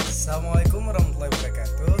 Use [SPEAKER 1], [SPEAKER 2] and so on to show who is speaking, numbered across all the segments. [SPEAKER 1] Assalamualaikum warahmatullahi wabarakatuh.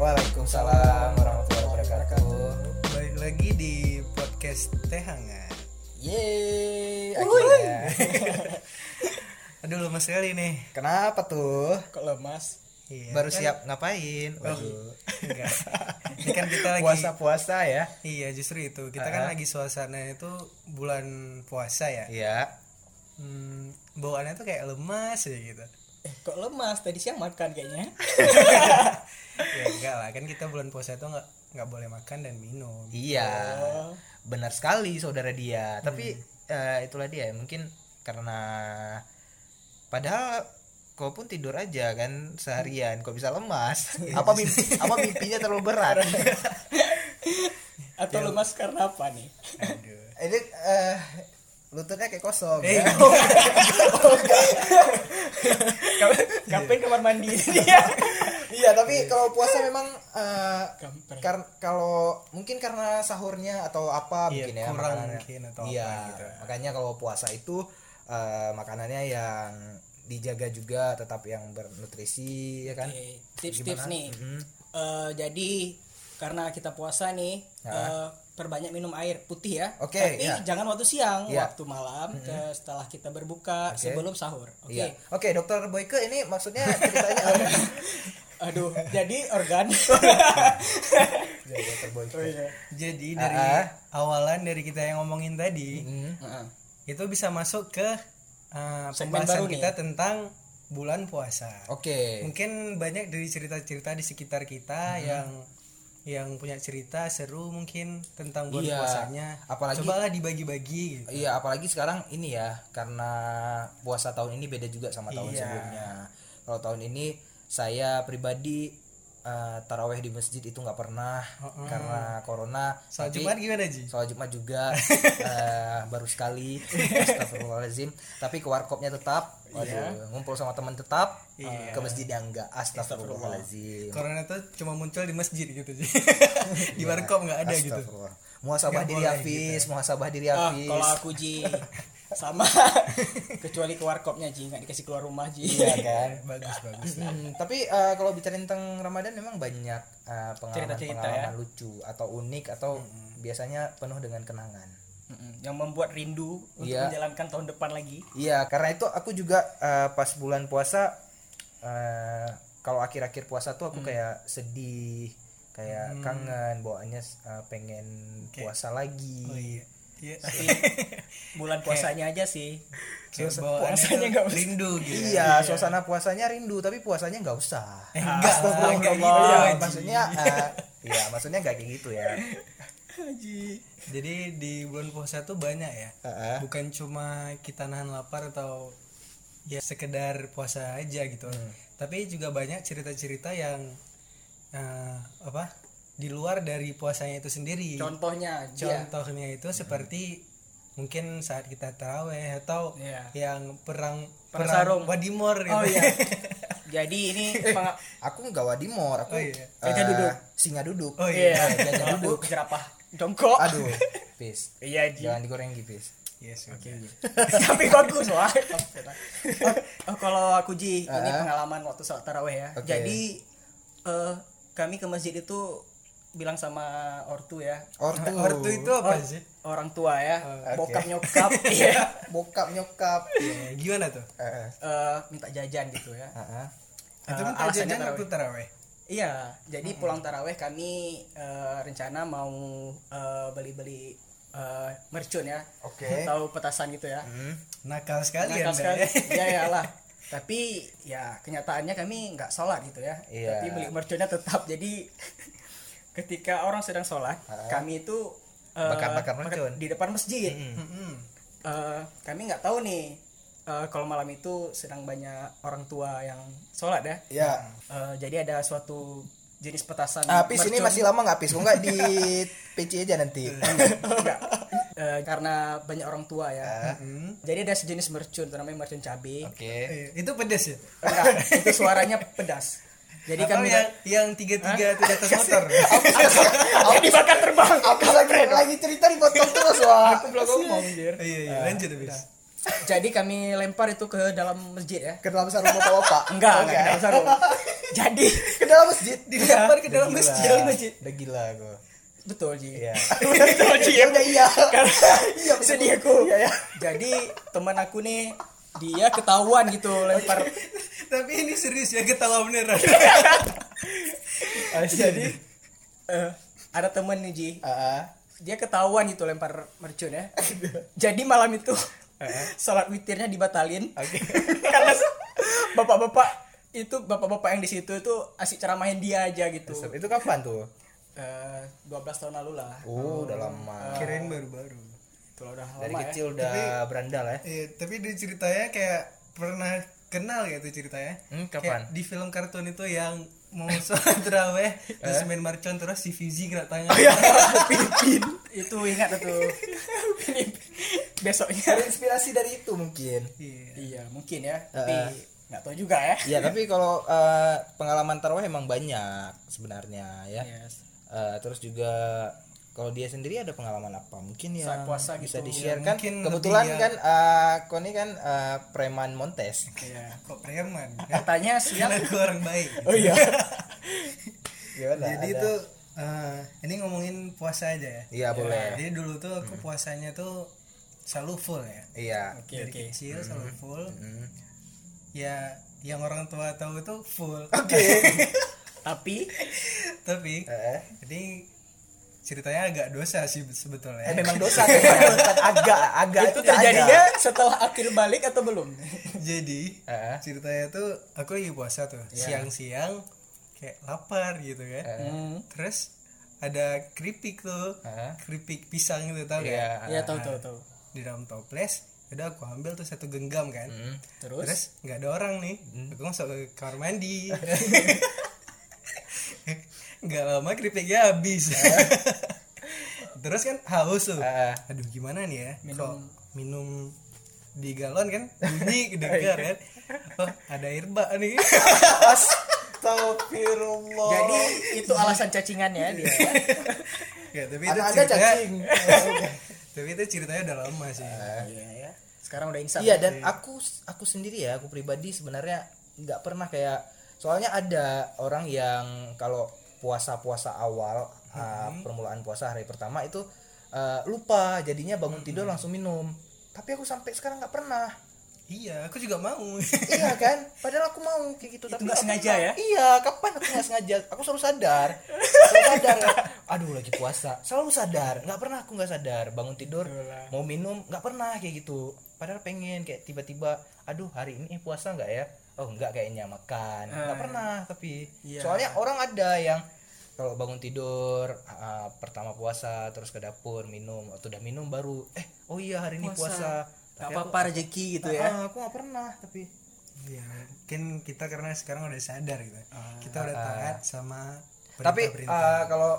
[SPEAKER 2] Waalaikumsalam warahmatullahi wabarakatuh.
[SPEAKER 1] Balik lagi di podcast Teh Hangat.
[SPEAKER 2] Yeay, akhirnya.
[SPEAKER 1] Aduh lemas sekali nih.
[SPEAKER 2] Kenapa tuh?
[SPEAKER 3] Kok lemas? Oh,
[SPEAKER 1] Iya,
[SPEAKER 2] Baru
[SPEAKER 1] kan?
[SPEAKER 2] siap ngapain? Waduh.
[SPEAKER 1] Enggak. Ini kan kita lagi
[SPEAKER 2] Puasa-puasa ya.
[SPEAKER 1] Iya, justru itu. Kita kan
[SPEAKER 2] Ah.
[SPEAKER 1] lagi suasana itu bulan puasa ya.
[SPEAKER 2] Iya.
[SPEAKER 1] Hmm, bawaannya tuh kayak lemas ya gitu.
[SPEAKER 3] Eh, kok lemas? Tadi siang makan kayaknya.
[SPEAKER 1] Ya enggak lah, kan kita bulan puasa itu enggak enggak boleh makan dan minum.
[SPEAKER 2] Iya.
[SPEAKER 3] Oh.
[SPEAKER 2] Benar sekali saudara dia. Tapi eh, itulah dia mungkin karena padahal kau pun tidur aja kan seharian kok bisa lemas apa mimpi apa mimpinya terlalu berat
[SPEAKER 3] Hmm. Atau lemas karena apa nih?
[SPEAKER 1] Aduh.
[SPEAKER 2] ini eh, lututnya kayak kosong
[SPEAKER 1] Eh,
[SPEAKER 2] ya.
[SPEAKER 3] Kapan kamar mandi dia?
[SPEAKER 2] Iya, tapi kalau puasa memang eh,
[SPEAKER 3] Kampret.
[SPEAKER 2] kar- kalau mungkin karena sahurnya atau
[SPEAKER 1] Iya,
[SPEAKER 2] apa mungkin ya
[SPEAKER 1] kurang
[SPEAKER 2] makanannya.
[SPEAKER 1] mungkin atau
[SPEAKER 2] iya,
[SPEAKER 1] apa gitu.
[SPEAKER 2] Makanya kalau puasa itu eh, makanannya yang dijaga juga tetap yang bernutrisi ya kan.
[SPEAKER 3] Oke, Tips-tips
[SPEAKER 2] Gimana?
[SPEAKER 3] nih.
[SPEAKER 2] Mhm.
[SPEAKER 3] Eh, jadi karena kita puasa nih, eh, perbanyak minum air putih ya.
[SPEAKER 2] Ya. Oke,
[SPEAKER 3] Tapi
[SPEAKER 2] iya.
[SPEAKER 3] jangan waktu siang,
[SPEAKER 2] Iya.
[SPEAKER 3] waktu malam ke- setelah kita berbuka
[SPEAKER 2] Oke.
[SPEAKER 3] sebelum sahur. Oke.
[SPEAKER 2] Iya. Oke, dokter Boyke ini maksudnya ceritanya apa?
[SPEAKER 3] Aduh, jadi organ.
[SPEAKER 2] Iya, dokter Boyke.
[SPEAKER 3] oh iya.
[SPEAKER 1] Jadi dari
[SPEAKER 2] Ah,
[SPEAKER 1] awalan dari kita yang ngomongin tadi,
[SPEAKER 2] Hmm.
[SPEAKER 3] Heeh.
[SPEAKER 1] itu bisa masuk ke uh,
[SPEAKER 3] Segmen
[SPEAKER 1] pembahasan
[SPEAKER 3] baru nih.
[SPEAKER 1] kita tentang bulan puasa.
[SPEAKER 2] ya? Oke. Mm-hmm.
[SPEAKER 1] Mungkin banyak dari cerita-cerita di sekitar kita yang yang punya cerita seru mungkin tentang bulan
[SPEAKER 2] Iya,
[SPEAKER 1] puasanya.
[SPEAKER 2] apalagi-
[SPEAKER 1] cobalah dibagi-bagi gitu.
[SPEAKER 2] Iya, apalagi sekarang ini ya, karena puasa tahun ini beda juga sama tahun
[SPEAKER 1] Iya.
[SPEAKER 2] sebelumnya. Kalau tahun ini saya pribadi eh, taraweh di masjid itu nggak pernah karena corona.
[SPEAKER 1] Soal
[SPEAKER 2] Tapi-
[SPEAKER 1] Jumat gimana, Ji?
[SPEAKER 2] Soal Jumat juga eh, baru sekali. Astagfirullahalazim. Tapi ke warkopnya tetap. Waduh, ngumpul sama teman tetap. Ke masjid yang enggak. Astagfirullahalazim.
[SPEAKER 1] Corona tuh cuma muncul di masjid gitu, Ji. di warkop nggak ada gitu.
[SPEAKER 2] Astagfirullah.
[SPEAKER 1] Nggak
[SPEAKER 2] Muhasabah diri
[SPEAKER 1] boleh gitu.
[SPEAKER 2] Hafiz, muhasabah diri
[SPEAKER 3] Ah,
[SPEAKER 2] Hafiz.
[SPEAKER 3] kalau aku Ji sama kecuali ke warkopnya Ji nggak dikasih keluar rumah Ji.
[SPEAKER 2] Iya kan?
[SPEAKER 1] Bagus, bagus.
[SPEAKER 2] Hmm, tapi eh, kalau bicara tentang Ramadan memang banyak eh,
[SPEAKER 1] ya.
[SPEAKER 3] Cerita-cerita
[SPEAKER 2] pengalaman-pengalaman lucu atau unik atau
[SPEAKER 1] Hmm.
[SPEAKER 2] biasanya penuh dengan kenangan.
[SPEAKER 3] Mm-mm, yang membuat rindu untuk
[SPEAKER 2] Iya.
[SPEAKER 3] menjalankan tahun depan lagi.
[SPEAKER 2] Iya, karena itu aku juga eh, pas bulan puasa eh, kalau akhir-akhir puasa tuh
[SPEAKER 1] Hmm.
[SPEAKER 2] aku kayak sedih, kayak kangen, bawaannya eh, pengen puasa lagi.
[SPEAKER 1] Oh iya. Iya.
[SPEAKER 3] Tapi bulan puasanya aja sih.
[SPEAKER 1] Kayak
[SPEAKER 3] Puasa-
[SPEAKER 1] bawaannya
[SPEAKER 3] puasanya
[SPEAKER 1] tuh
[SPEAKER 3] nggak usah.
[SPEAKER 1] rindu gitu.
[SPEAKER 2] Iya, suasana puasanya rindu, tapi puasanya nggak usah. Ah,
[SPEAKER 1] Enggak,
[SPEAKER 3] Astagfirullah.
[SPEAKER 1] enggak gitu,
[SPEAKER 2] Iya,
[SPEAKER 1] Ji.
[SPEAKER 2] maksudnya, eh, iya, maksudnya nggak kayak gitu ya.
[SPEAKER 3] Ji.
[SPEAKER 1] Jadi di bulan puasa tuh banyak ya.
[SPEAKER 2] Heeh.
[SPEAKER 1] Bukan cuma kita nahan lapar atau ya sekedar puasa aja gitu.
[SPEAKER 3] Hmm.
[SPEAKER 1] Tapi juga banyak cerita-cerita yang eh, apa? di luar dari puasanya itu sendiri.
[SPEAKER 3] Contohnya Ji, ya.
[SPEAKER 1] Contohnya itu seperti mungkin saat kita taraweh atau
[SPEAKER 3] Iya.
[SPEAKER 1] yang perang
[SPEAKER 3] Perang sarung.
[SPEAKER 1] Wadimor gitu.
[SPEAKER 3] Oh iya. Jadi ini penga-
[SPEAKER 2] Aku nggak wadimor, aku
[SPEAKER 1] Oh, iya.
[SPEAKER 2] eh,
[SPEAKER 3] Gajah duduk.
[SPEAKER 2] Singa duduk.
[SPEAKER 1] Oh, iya.
[SPEAKER 3] iya,
[SPEAKER 2] Jangan
[SPEAKER 3] duduk
[SPEAKER 2] duduk.
[SPEAKER 3] jerapah jongkok.
[SPEAKER 2] Aduh, pis.
[SPEAKER 3] Iya Ji.
[SPEAKER 2] Jangan digoreng gipis.
[SPEAKER 1] Yes, oke.
[SPEAKER 3] iya. Tapi bagus wah. Oh, oh, kalau aku Ji, ini pengalaman waktu sholat taraweh ya.
[SPEAKER 2] Ah. Oke.
[SPEAKER 3] Jadi eh, kami ke masjid itu bilang sama ortu ya.
[SPEAKER 2] Ortu.
[SPEAKER 1] Nah, Ortu itu
[SPEAKER 3] Oh.
[SPEAKER 1] apa sih?
[SPEAKER 3] Orang tua ya,
[SPEAKER 2] Ah, oke.
[SPEAKER 3] bokap nyokap ya.
[SPEAKER 2] bokap nyokap. Ah,
[SPEAKER 1] Ya, gimana tuh?
[SPEAKER 2] Heeh.
[SPEAKER 3] Eh, minta jajan gitu ya.
[SPEAKER 2] Heeh.
[SPEAKER 1] Itu
[SPEAKER 3] Eh,
[SPEAKER 1] minta
[SPEAKER 3] alasannya
[SPEAKER 1] jajan waktu taraweh.
[SPEAKER 3] Iya, jadi pulang taraweh kami eh, rencana mau eh, beli-beli eh, mercun ya.
[SPEAKER 2] Oke.
[SPEAKER 3] Atau petasan gitu ya.
[SPEAKER 1] Nakal sekali
[SPEAKER 3] Nakal
[SPEAKER 1] Anda,
[SPEAKER 3] sekali.
[SPEAKER 1] ya.
[SPEAKER 3] ya iyalah. Tapi ya kenyataannya kami nggak sholat gitu ya.
[SPEAKER 2] Iya.
[SPEAKER 3] Tapi beli mercunnya tetap. Jadi ketika orang sedang sholat, kami itu eh,
[SPEAKER 2] Bakar-bakar mercun.
[SPEAKER 3] di depan masjid. Eh, kami nggak tahu nih eh, kalau malam itu sedang banyak orang tua yang sholat ya.
[SPEAKER 2] Ya.
[SPEAKER 3] Eh, jadi ada suatu jenis petasan.
[SPEAKER 2] Ah, pis
[SPEAKER 3] mercon.
[SPEAKER 2] ini
[SPEAKER 3] Hmm.
[SPEAKER 2] masih lama nggak pis? Mau nggak di PC aja nanti?
[SPEAKER 3] Enggak. Eh, karena banyak orang tua ya. Jadi ada sejenis mercun itu namanya mercun cabe.
[SPEAKER 2] Ah. Oke.
[SPEAKER 1] Iya, itu pedes ya
[SPEAKER 3] Enggak, itu suaranya pedas. Jadi
[SPEAKER 2] Kan
[SPEAKER 1] Atau
[SPEAKER 3] kami
[SPEAKER 1] yang yang tiga tiga itu di atas motor
[SPEAKER 2] Iya,
[SPEAKER 3] Aku dibakar terbang.
[SPEAKER 2] Aku lagi, lagi cerita dipotong terus wah.
[SPEAKER 3] Aku belum ngomong, Jir.
[SPEAKER 1] iya iya lanjut habis
[SPEAKER 3] Jadi kami lempar itu ke dalam masjid ya.
[SPEAKER 2] ke dalam sarung bapak-bapak
[SPEAKER 3] Oh, Enggak,
[SPEAKER 2] Oke.
[SPEAKER 3] enggak ke dalam sarung. Jadi
[SPEAKER 2] ke dalam masjid
[SPEAKER 3] dilempar ke dalam
[SPEAKER 2] Udah
[SPEAKER 3] masjid.
[SPEAKER 2] gila.
[SPEAKER 3] Dalam masjid.
[SPEAKER 2] udah gila gue
[SPEAKER 3] Betul, Ji.
[SPEAKER 2] iya
[SPEAKER 3] Betul, Ji.
[SPEAKER 2] ya udah iya
[SPEAKER 3] Karena
[SPEAKER 2] Iya, betul.
[SPEAKER 3] sedih aku.
[SPEAKER 2] Iya, iya.
[SPEAKER 3] Jadi teman aku nih dia ketahuan gitu lempar.
[SPEAKER 1] tapi ini serius ya ketawa beneran
[SPEAKER 2] Ah.
[SPEAKER 3] Jadi eh, ada temen nih, Ji.
[SPEAKER 2] Heeh.
[SPEAKER 3] Dia ketahuan gitu lempar mercon ya. Jadi malam itu salat witirnya dibatalin.
[SPEAKER 2] oke
[SPEAKER 3] karena bapak-bapak itu bapak-bapak yang di situ itu asik ceramahin dia aja gitu.
[SPEAKER 2] Terus, itu kapan tuh
[SPEAKER 3] Eh, 12 tahun lalu lah.
[SPEAKER 2] oh udah lama
[SPEAKER 1] kirain baru-baru
[SPEAKER 3] Itulah udah
[SPEAKER 2] dari
[SPEAKER 3] lama ya.
[SPEAKER 2] kecil udah berandal ya
[SPEAKER 1] eh, tapi di ceritanya kayak pernah kenal ya tuh ceritanya
[SPEAKER 2] Hmm, kapan? Eh?
[SPEAKER 1] Kayak di film kartun itu yang mau sholat terawih terus main mercon terus si Fizi kena tangan
[SPEAKER 2] Oh, iya.
[SPEAKER 3] ya. Filipin. itu ingat tuh. Besoknya.
[SPEAKER 2] inspirasi dari itu mungkin
[SPEAKER 1] Iya.
[SPEAKER 3] Iya, mungkin ya. Tapi nggak tahu juga ya.
[SPEAKER 2] ya tapi kalau eh, pengalaman taraweh emang banyak sebenarnya ya Eh, terus juga kalau dia sendiri ada pengalaman apa mungkin ya
[SPEAKER 3] Saat puasa
[SPEAKER 2] bisa
[SPEAKER 3] gitu.
[SPEAKER 2] di-share
[SPEAKER 1] Ya,
[SPEAKER 2] kan
[SPEAKER 1] mungkin
[SPEAKER 2] kebetulan
[SPEAKER 1] lebih ya.
[SPEAKER 2] kan eh, Koni kan eh, preman Montes
[SPEAKER 3] Iya.
[SPEAKER 1] kok preman Kan?
[SPEAKER 3] Katanya
[SPEAKER 2] Iya.
[SPEAKER 3] siang.
[SPEAKER 1] karena gue orang baik
[SPEAKER 3] Oh iya.
[SPEAKER 2] Gimana?
[SPEAKER 1] jadi
[SPEAKER 2] Iya, Ada-
[SPEAKER 1] itu eh, ini ngomongin puasa aja ya
[SPEAKER 2] iya boleh Hmm.
[SPEAKER 1] jadi dulu tuh aku puasanya tuh selalu full ya
[SPEAKER 2] iya
[SPEAKER 3] Oke,
[SPEAKER 1] dari
[SPEAKER 3] oke.
[SPEAKER 1] kecil selalu full
[SPEAKER 2] Hmm.
[SPEAKER 1] ya yang orang tua tahu itu full
[SPEAKER 3] Tapi
[SPEAKER 1] tapi
[SPEAKER 2] Eh,
[SPEAKER 1] jadi ceritanya agak dosa sih sebetulnya
[SPEAKER 2] eh, memang dosa kan? Bukan agak agak
[SPEAKER 3] itu terjadinya setelah akhir balik atau belum?
[SPEAKER 1] jadi
[SPEAKER 2] agak. Eh,
[SPEAKER 1] ceritanya tuh aku lagi puasa tuh
[SPEAKER 2] Iya.
[SPEAKER 1] siang-siang kayak lapar gitu kan
[SPEAKER 3] Hmm.
[SPEAKER 1] terus ada keripik tuh
[SPEAKER 2] eh,
[SPEAKER 1] keripik pisang gitu tau
[SPEAKER 2] iya.
[SPEAKER 1] gak
[SPEAKER 3] Iya, tahu tahu tahu.
[SPEAKER 1] di dalam toples udah aku ambil tuh satu genggam kan
[SPEAKER 2] Hmm.
[SPEAKER 3] Terus
[SPEAKER 1] terus nggak ada orang nih aku masuk ke kamar mandi nggak lama keripiknya habis terus kan haus tuh
[SPEAKER 2] Eh,
[SPEAKER 1] aduh gimana nih ya
[SPEAKER 3] Minum.
[SPEAKER 1] minum minum di galon kan bunyi kedengar kan oh ada air bak nih
[SPEAKER 2] Astagfirullah.
[SPEAKER 3] Jadi itu alasan cacingannya dia.
[SPEAKER 1] ya tapi itu
[SPEAKER 2] ada
[SPEAKER 1] ceritanya
[SPEAKER 2] cacing. Ah.
[SPEAKER 1] tapi itu ceritanya udah lama sih
[SPEAKER 3] Iya ya. Sekarang udah insaf.
[SPEAKER 2] Iya dan aku aku sendiri ya aku pribadi sebenarnya nggak pernah kayak soalnya ada orang yang kalau puasa puasa awal uh, permulaan puasa hari pertama itu uh, lupa jadinya bangun tidur langsung minum tapi aku sampai sekarang nggak pernah
[SPEAKER 1] iya aku juga mau
[SPEAKER 2] iya kan padahal aku mau kayak gitu tapi
[SPEAKER 3] nggak
[SPEAKER 2] aku
[SPEAKER 3] sengaja
[SPEAKER 2] nggak-
[SPEAKER 3] ya?
[SPEAKER 2] iya kapan aku nggak sengaja aku selalu sadar selalu sadar ya. aduh lagi puasa selalu sadar nggak pernah aku nggak sadar bangun tidur
[SPEAKER 3] Itulah.
[SPEAKER 2] mau minum nggak pernah kayak gitu padahal pengen kayak tiba-tiba aduh hari ini puasa nggak ya oh nggak kayaknya makan nggak pernah tapi
[SPEAKER 3] Ah. Iya.
[SPEAKER 2] soalnya orang ada yang kalau bangun tidur ah, pertama puasa terus ke dapur minum waktu udah minum baru eh oh iya hari ini puasa,
[SPEAKER 3] Puasa. Gak
[SPEAKER 2] Tapi aku-
[SPEAKER 3] apa-apa rezeki gitu ya.
[SPEAKER 2] Ah, aku nggak pernah tapi
[SPEAKER 1] ya mungkin kita karena sekarang udah sadar gitu kita udah taat sama
[SPEAKER 2] Ah, tapi
[SPEAKER 1] perintah-perintah.
[SPEAKER 2] eh, kalau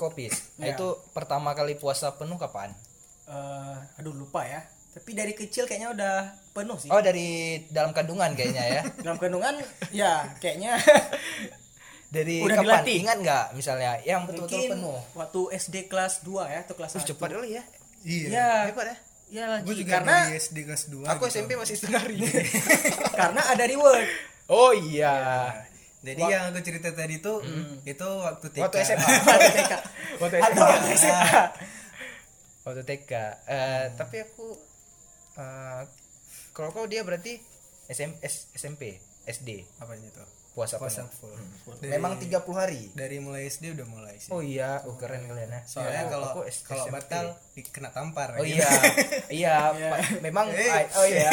[SPEAKER 2] kopi itu pertama kali puasa penuh kapan
[SPEAKER 3] Eh, aduh lupa ya. Tapi dari kecil kayaknya udah penuh sih.
[SPEAKER 2] oh dari dalam kandungan kayaknya ya
[SPEAKER 3] Dalam kandungan ya kayaknya
[SPEAKER 2] dari
[SPEAKER 3] Udah
[SPEAKER 2] kapan
[SPEAKER 3] dilatih.
[SPEAKER 2] ingat nggak misalnya yang betul-betul
[SPEAKER 3] mungkin
[SPEAKER 2] penuh
[SPEAKER 3] waktu SD kelas 2 ya atau kelas
[SPEAKER 2] Wih,
[SPEAKER 3] 1.
[SPEAKER 2] cepat dulu ya
[SPEAKER 1] iya
[SPEAKER 3] Ya,
[SPEAKER 2] hebat ya
[SPEAKER 3] ya lagi
[SPEAKER 1] gue juga
[SPEAKER 3] karena
[SPEAKER 1] dari SD kelas gitu. 2
[SPEAKER 2] aku SMP masih setengah hari
[SPEAKER 3] karena ada reward.
[SPEAKER 2] oh iya
[SPEAKER 1] jadi yang aku cerita tadi tuh itu waktu TK
[SPEAKER 2] Iya. waktu SMA
[SPEAKER 3] Ada TK.
[SPEAKER 2] waktu
[SPEAKER 3] Atau
[SPEAKER 2] SMA
[SPEAKER 3] SMA.
[SPEAKER 2] waktu TK Eh, tapi aku eh, kalau kau dia berarti SM, S- SMP SD
[SPEAKER 1] apa itu
[SPEAKER 2] puasa,
[SPEAKER 1] puasa
[SPEAKER 2] penuh
[SPEAKER 1] full Dari-
[SPEAKER 2] Mm. memang 30 hari
[SPEAKER 1] dari mulai SD udah mulai sih
[SPEAKER 2] Oh iya, oh, keren kalian ya.
[SPEAKER 1] soalnya
[SPEAKER 2] Iya,
[SPEAKER 1] kalau
[SPEAKER 2] aku S-
[SPEAKER 1] kalau
[SPEAKER 2] SMP.
[SPEAKER 1] batal di- kena tampar
[SPEAKER 2] Oh
[SPEAKER 1] gitu.
[SPEAKER 2] iya, iya. Pak, memang, ay- oh iya,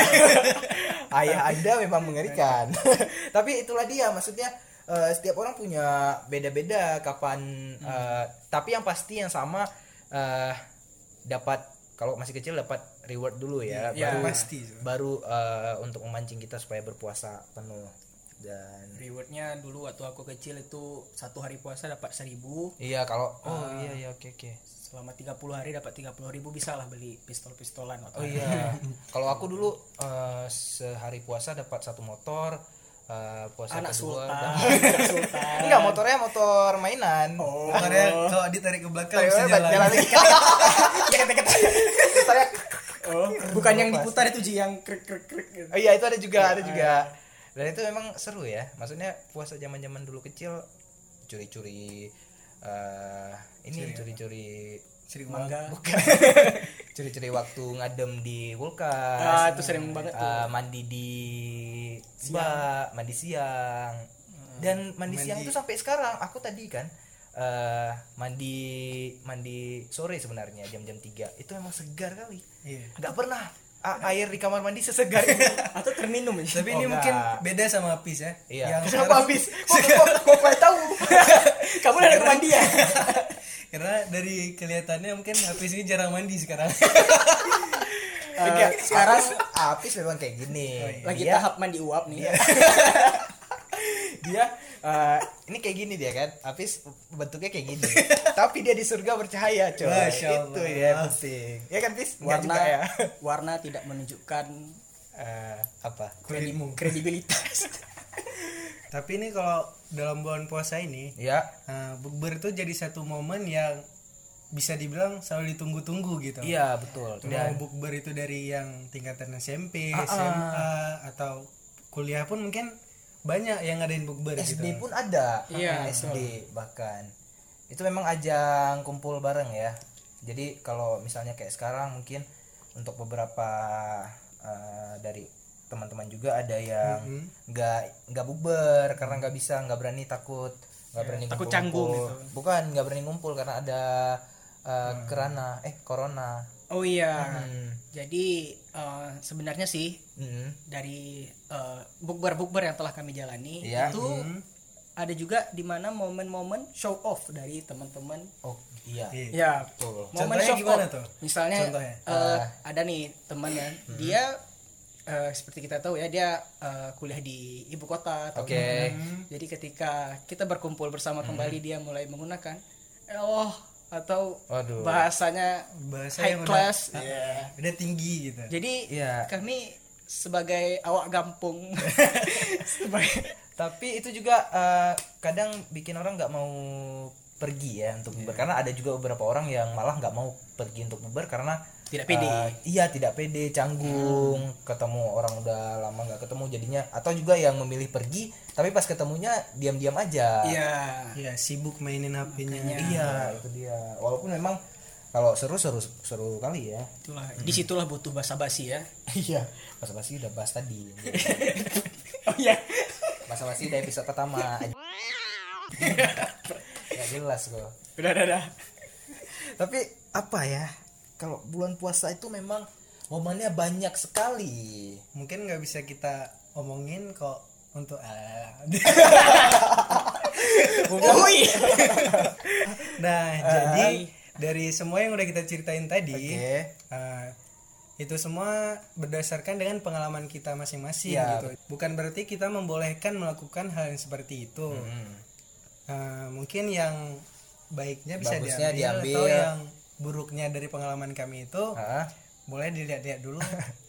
[SPEAKER 2] ayah anda memang mengerikan. Tapi itulah dia, maksudnya eh, setiap orang punya beda-beda kapan. eh, tapi yang pasti yang sama eh, dapat kalau masih kecil dapat reward dulu ya,
[SPEAKER 1] Iya,
[SPEAKER 2] baru
[SPEAKER 1] pasti.
[SPEAKER 2] baru eh, untuk memancing kita supaya berpuasa penuh dan
[SPEAKER 3] Rewardnya dulu waktu aku kecil itu satu hari puasa dapat 1000
[SPEAKER 2] iya kalau oh iya iya oke oke.
[SPEAKER 3] selama 30 hari dapat 30 ribu bisa lah beli pistol-pistolan waktu
[SPEAKER 2] Oh iya, kalau aku dulu eh, sehari puasa dapat satu motor, eh, puasa
[SPEAKER 3] anak
[SPEAKER 2] kedua
[SPEAKER 3] sultan
[SPEAKER 2] dapat-
[SPEAKER 3] anak sultan
[SPEAKER 2] enggak motornya motor mainan.
[SPEAKER 3] Oh.
[SPEAKER 1] Makanya kalau ditarik ke belakang
[SPEAKER 2] Ayo,
[SPEAKER 1] bisa jalan.
[SPEAKER 2] jalan. Saya
[SPEAKER 3] Oh, bukan yang diputar itu Ji yang krek krek krek gitu.
[SPEAKER 2] Oh iya itu ada juga, ada juga. Dan itu memang seru ya. Maksudnya puasa zaman-zaman dulu kecil curi-curi eh ini curi-curi
[SPEAKER 1] sering
[SPEAKER 3] Mangga.
[SPEAKER 2] bukan curi-curi waktu ngadem
[SPEAKER 3] Ah,
[SPEAKER 2] di kulkas.
[SPEAKER 3] itu sering banget tuh.
[SPEAKER 2] Eh, mandi di bak, mandi siang.
[SPEAKER 3] Hmm.
[SPEAKER 2] Dan mandi, siang itu sampai sekarang aku tadi kan eh mandi mandi sore sebenarnya jam-jam 3 itu emang segar kali.
[SPEAKER 1] Iya.
[SPEAKER 2] nggak pernah a- air di kamar mandi sesegar itu.
[SPEAKER 3] Atau terminum ya.
[SPEAKER 1] Tapi ini
[SPEAKER 2] Oh,
[SPEAKER 1] mungkin
[SPEAKER 2] enggak.
[SPEAKER 1] beda sama Apis ya.
[SPEAKER 2] Iya.
[SPEAKER 1] Yang
[SPEAKER 3] Kenapa
[SPEAKER 1] sekarang-
[SPEAKER 3] habis? Kok kok kok nggak tahu? Kamu udah ada ke mandi ya?
[SPEAKER 1] Karena dari kelihatannya mungkin Apis ini jarang mandi sekarang.
[SPEAKER 3] Eh,
[SPEAKER 2] Enggak,
[SPEAKER 3] sekarang
[SPEAKER 2] Apis memang kayak gini.
[SPEAKER 3] lagi
[SPEAKER 2] Oh, iya. Dia-
[SPEAKER 3] tahap mandi uap nih. Dia
[SPEAKER 2] eh, ini kayak gini dia kan. Apis bentuknya kayak gini. Tapi dia di surga bercahaya, coy.
[SPEAKER 1] Masya
[SPEAKER 2] Itu
[SPEAKER 1] Allah.
[SPEAKER 2] ya yang penting. Ya kan, Pis? Nggak
[SPEAKER 3] warna
[SPEAKER 2] juga ya.
[SPEAKER 3] warna tidak menunjukkan
[SPEAKER 2] Eh, apa?
[SPEAKER 1] Kulitmu.
[SPEAKER 3] kredibilitas.
[SPEAKER 1] Tapi ini kalau dalam bulan puasa ini,
[SPEAKER 2] Ya,
[SPEAKER 1] eh, bukber itu jadi satu momen yang bisa dibilang selalu ditunggu-tunggu gitu.
[SPEAKER 2] iya betul.
[SPEAKER 1] Mau bukber itu dari yang tingkatan SMP,
[SPEAKER 2] Ah, ah.
[SPEAKER 1] SMA atau kuliah pun mungkin banyak yang ngadain bukber gitu.
[SPEAKER 2] SD pun ada
[SPEAKER 3] Iya,
[SPEAKER 2] Ah, SD bahkan itu memang ajang kumpul bareng ya jadi kalau misalnya kayak sekarang mungkin untuk beberapa eh, dari teman-teman juga ada yang nggak nggak buber karena nggak bisa nggak berani takut nggak berani
[SPEAKER 3] takut
[SPEAKER 2] ngumpul-ngumpul.
[SPEAKER 3] canggung gitu.
[SPEAKER 2] bukan nggak berani ngumpul karena ada eh, kerana eh corona
[SPEAKER 3] Oh iya.
[SPEAKER 2] Hmm.
[SPEAKER 3] Jadi eh, sebenarnya sih
[SPEAKER 2] Mm.
[SPEAKER 3] dari eh, bukber-bukber yang telah kami jalani
[SPEAKER 2] Iya.
[SPEAKER 3] itu
[SPEAKER 1] Hmm.
[SPEAKER 3] ada juga di mana momen-momen show off dari teman-teman.
[SPEAKER 2] oh iya
[SPEAKER 1] Iya.
[SPEAKER 3] Ya,
[SPEAKER 2] betul
[SPEAKER 3] momen
[SPEAKER 1] Contohnya
[SPEAKER 3] show
[SPEAKER 1] gimana
[SPEAKER 3] off.
[SPEAKER 1] tuh?
[SPEAKER 3] Misalnya
[SPEAKER 1] Contohnya.
[SPEAKER 3] eh, ada nih temannya, dia eh, seperti kita tahu ya dia eh, kuliah di ibu kota atau
[SPEAKER 2] Oke.
[SPEAKER 3] gimana.
[SPEAKER 1] Hmm,
[SPEAKER 3] Jadi ketika kita berkumpul bersama kembali dia mulai menggunakan eh, oh atau
[SPEAKER 2] Waduh.
[SPEAKER 3] Oh. bahasanya
[SPEAKER 1] Bahasa
[SPEAKER 3] high
[SPEAKER 1] yang udah-
[SPEAKER 3] class. Iya.
[SPEAKER 1] ah, udah tinggi gitu.
[SPEAKER 3] Jadi
[SPEAKER 2] Iya.
[SPEAKER 3] kami sebagai awak gampung sebagai
[SPEAKER 2] tapi itu juga eh, kadang bikin orang nggak mau pergi ya untuk
[SPEAKER 3] Iya.
[SPEAKER 2] bubar karena ada juga beberapa orang yang malah nggak mau pergi untuk bubar karena
[SPEAKER 3] Tidak pede. Hmm.
[SPEAKER 2] eh, iya tidak pede canggung ketemu orang udah lama nggak ketemu jadinya atau juga yang memilih pergi tapi pas ketemunya diam-diam aja
[SPEAKER 3] Iya.
[SPEAKER 1] Ya, sibuk mainin HP-nya.
[SPEAKER 2] iya itu dia walaupun memang kalau seru seru seru kali ya
[SPEAKER 3] Itulah. Disitulah butuh basa-basi ya.
[SPEAKER 2] iya pas basi udah bahas tadi
[SPEAKER 3] Oh iya.
[SPEAKER 2] bahas basi dari episode pertama nggak jelas kok
[SPEAKER 3] Udah, udah, udah.
[SPEAKER 2] tapi apa ya kalau bulan puasa itu memang momennya banyak sekali
[SPEAKER 1] Mungkin nggak bisa kita omongin kok untuk ah.
[SPEAKER 3] Oh iya.
[SPEAKER 1] Nah, jadi dari semua yang udah kita ceritain tadi,
[SPEAKER 2] Oke.
[SPEAKER 1] eh, itu semua berdasarkan dengan pengalaman kita masing-masing
[SPEAKER 2] Iya.
[SPEAKER 1] gitu. Bukan berarti kita membolehkan melakukan hal yang seperti itu.
[SPEAKER 2] Hmm.
[SPEAKER 1] Eh, mungkin yang baiknya bisa
[SPEAKER 2] Bagusnya
[SPEAKER 1] diambil,
[SPEAKER 2] diambil. Ah.
[SPEAKER 1] atau yang buruknya dari pengalaman kami itu
[SPEAKER 2] Hah?
[SPEAKER 1] boleh dilihat-lihat dulu.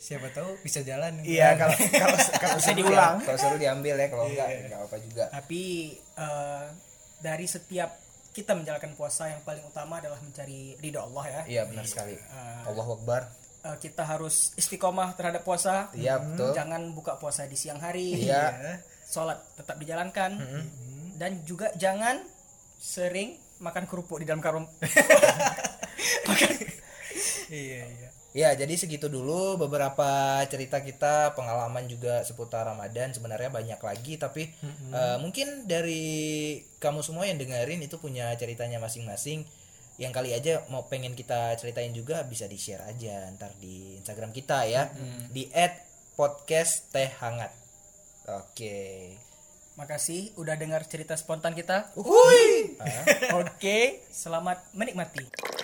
[SPEAKER 1] Siapa tahu bisa jalan.
[SPEAKER 2] iya kalau kalau kalau seru diulang kalau seru diambil ya kalau enggak enggak apa juga
[SPEAKER 3] Tapi eh, dari setiap kita menjalankan puasa yang paling utama adalah mencari ridho Allah ya.
[SPEAKER 2] iya Hmm. benar sekali Allah Akbar
[SPEAKER 3] Eh, kita harus istiqomah terhadap puasa. Hmm,
[SPEAKER 2] iya betul
[SPEAKER 3] Jangan buka puasa di siang hari.
[SPEAKER 2] iya
[SPEAKER 3] Sholat tetap dijalankan. Hmm. Dan juga jangan sering makan kerupuk di dalam karung.
[SPEAKER 1] Iya, iya.
[SPEAKER 2] Ya, jadi segitu dulu beberapa cerita kita, pengalaman juga seputar Ramadan. Sebenarnya banyak lagi, tapi eh, mungkin dari kamu semua yang dengerin itu punya ceritanya masing-masing. Yang kali aja mau pengen kita ceritain juga bisa di-share aja ntar di Instagram kita ya, di @podcasttehhangat. Oke.
[SPEAKER 3] Makasih udah dengar cerita spontan kita.
[SPEAKER 2] Uhuy.
[SPEAKER 3] Oke, selamat menikmati.